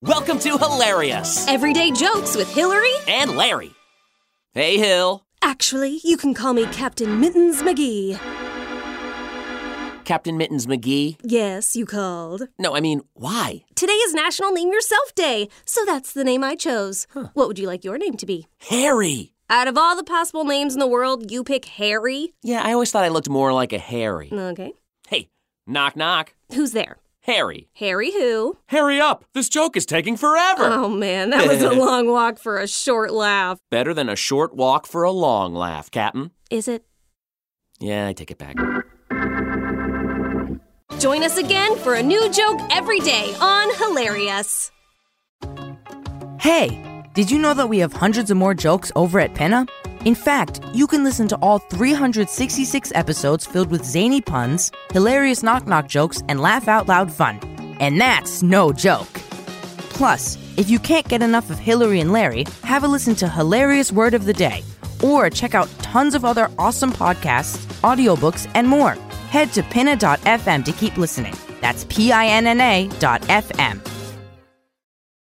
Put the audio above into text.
Welcome to Hilarious Everyday Jokes with Hillary. and Larry. Hey, Hill. Actually, you can call me Captain Mittens McGee. Captain Mittens McGee. Yes, you called. No, I mean, why? Today is National Name Yourself Day, so that's the name I chose. What would you like your name to be? Harry. Out of all the possible names in the world, you pick Harry? Yeah, I always thought I looked more like a Harry. Okay. Hey, knock, knock. Who's there? Harry. Harry who? Hurry up. This joke is taking forever. Oh man, that was a long walk for a short laugh. Better than a short walk for a long laugh, Captain. Is it? Yeah, I take it back. Join us again for a new joke every day on Hilarious. Hey, did you know that we have hundreds of more jokes over at Penna? In fact, you can listen to all 366 episodes filled with zany puns, hilarious knock knock jokes, and laugh out loud fun. And that's no joke. Plus, if you can't get enough of Hillary and Larry, have a listen to Hilarious Word of the Day, or check out tons of other awesome podcasts, audiobooks, and more. Head to pinna.fm to keep listening. That's P I N N A dot FM.